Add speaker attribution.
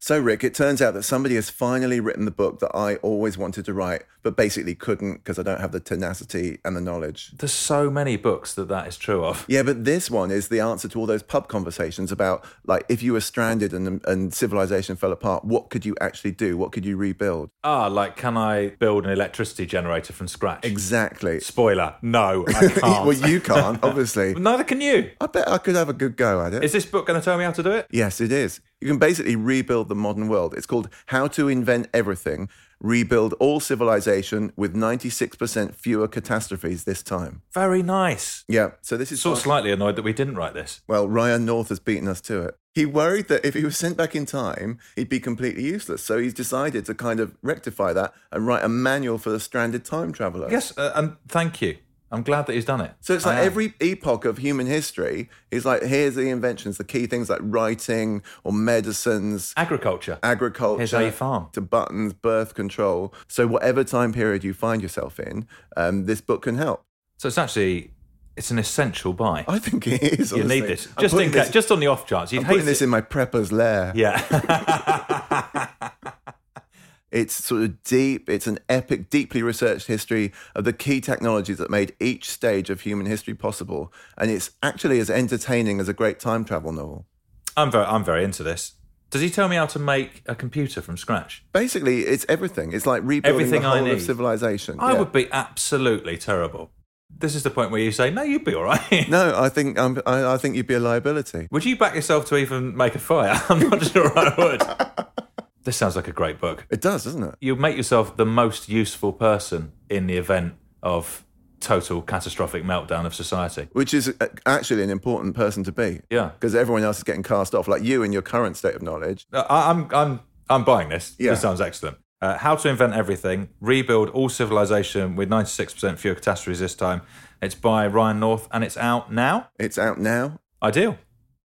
Speaker 1: So, Rick, it turns out that somebody has finally written the book that I always wanted to write, but basically couldn't because I don't have the tenacity and the knowledge.
Speaker 2: There's so many books that that is true of.
Speaker 1: Yeah, but this one is the answer to all those pub conversations about, like, if you were stranded and, and civilization fell apart, what could you actually do? What could you rebuild?
Speaker 2: Ah, like, can I build an electricity generator from scratch?
Speaker 1: Exactly.
Speaker 2: Spoiler, no, I can't.
Speaker 1: well, you can't, obviously.
Speaker 2: Neither can you.
Speaker 1: I bet I could have a good go at it.
Speaker 2: Is this book going to tell me how to do it?
Speaker 1: yes, it is. You can basically rebuild the modern world. It's called How to Invent Everything Rebuild All Civilization with 96% Fewer Catastrophes This Time.
Speaker 2: Very nice.
Speaker 1: Yeah, so this is
Speaker 2: Sort of
Speaker 1: like
Speaker 2: slightly annoyed that we didn't write this.
Speaker 1: Well, Ryan North has beaten us to it. He worried that if he was sent back in time, he'd be completely useless. So he's decided to kind of rectify that and write a manual for the stranded time traveler.
Speaker 2: Yes, Ah. uh, and thank you. I'm glad that he's done it.
Speaker 1: So it's
Speaker 2: I
Speaker 1: like
Speaker 2: am.
Speaker 1: every epoch of human history is like here's the inventions, the key things like writing or medicines,
Speaker 2: agriculture.
Speaker 1: agriculture,
Speaker 2: Here's how you farm.
Speaker 1: to buttons, birth control. So whatever time period you find yourself in, um, this book can help.
Speaker 2: So it's actually it's an essential buy.
Speaker 1: I think it is.
Speaker 2: you
Speaker 1: honestly.
Speaker 2: need this
Speaker 1: I'm
Speaker 2: just in
Speaker 1: putting
Speaker 2: case,
Speaker 1: this-
Speaker 2: just on the off chance. You'd
Speaker 1: I'm
Speaker 2: hate
Speaker 1: putting this
Speaker 2: it.
Speaker 1: in my prepper's lair.
Speaker 2: Yeah.
Speaker 1: It's sort of deep. It's an epic, deeply researched history of the key technologies that made each stage of human history possible. And it's actually as entertaining as a great time travel novel.
Speaker 2: I'm very I'm very into this. Does he tell me how to make a computer from scratch?
Speaker 1: Basically, it's everything. It's like rebuilding
Speaker 2: Everything
Speaker 1: the
Speaker 2: I
Speaker 1: whole of
Speaker 2: need.
Speaker 1: civilization.
Speaker 2: I
Speaker 1: Yeah.
Speaker 2: would be absolutely terrible. This is the point where you say, "No, you'd be all right."
Speaker 1: No, I think um, I, I think you'd be a liability.
Speaker 2: Would you back yourself to even make a fire? I'm not sure I would. this sounds like a great book.
Speaker 1: It does, doesn't it?
Speaker 2: You make yourself the most useful person in the event of total catastrophic meltdown of society.
Speaker 1: Which is uh, actually an important person to be.
Speaker 2: Yeah.
Speaker 1: Because everyone else is getting cast off, like you in your current state of knowledge.
Speaker 2: Uh, I, I'm I'm I'm buying this.
Speaker 1: Yeah.
Speaker 2: This sounds excellent. Uh, how to invent everything, rebuild all civilization with 96% fewer catastrophes this time. It's by Ryan North and it's out now.
Speaker 1: It's out now.
Speaker 2: Ideal.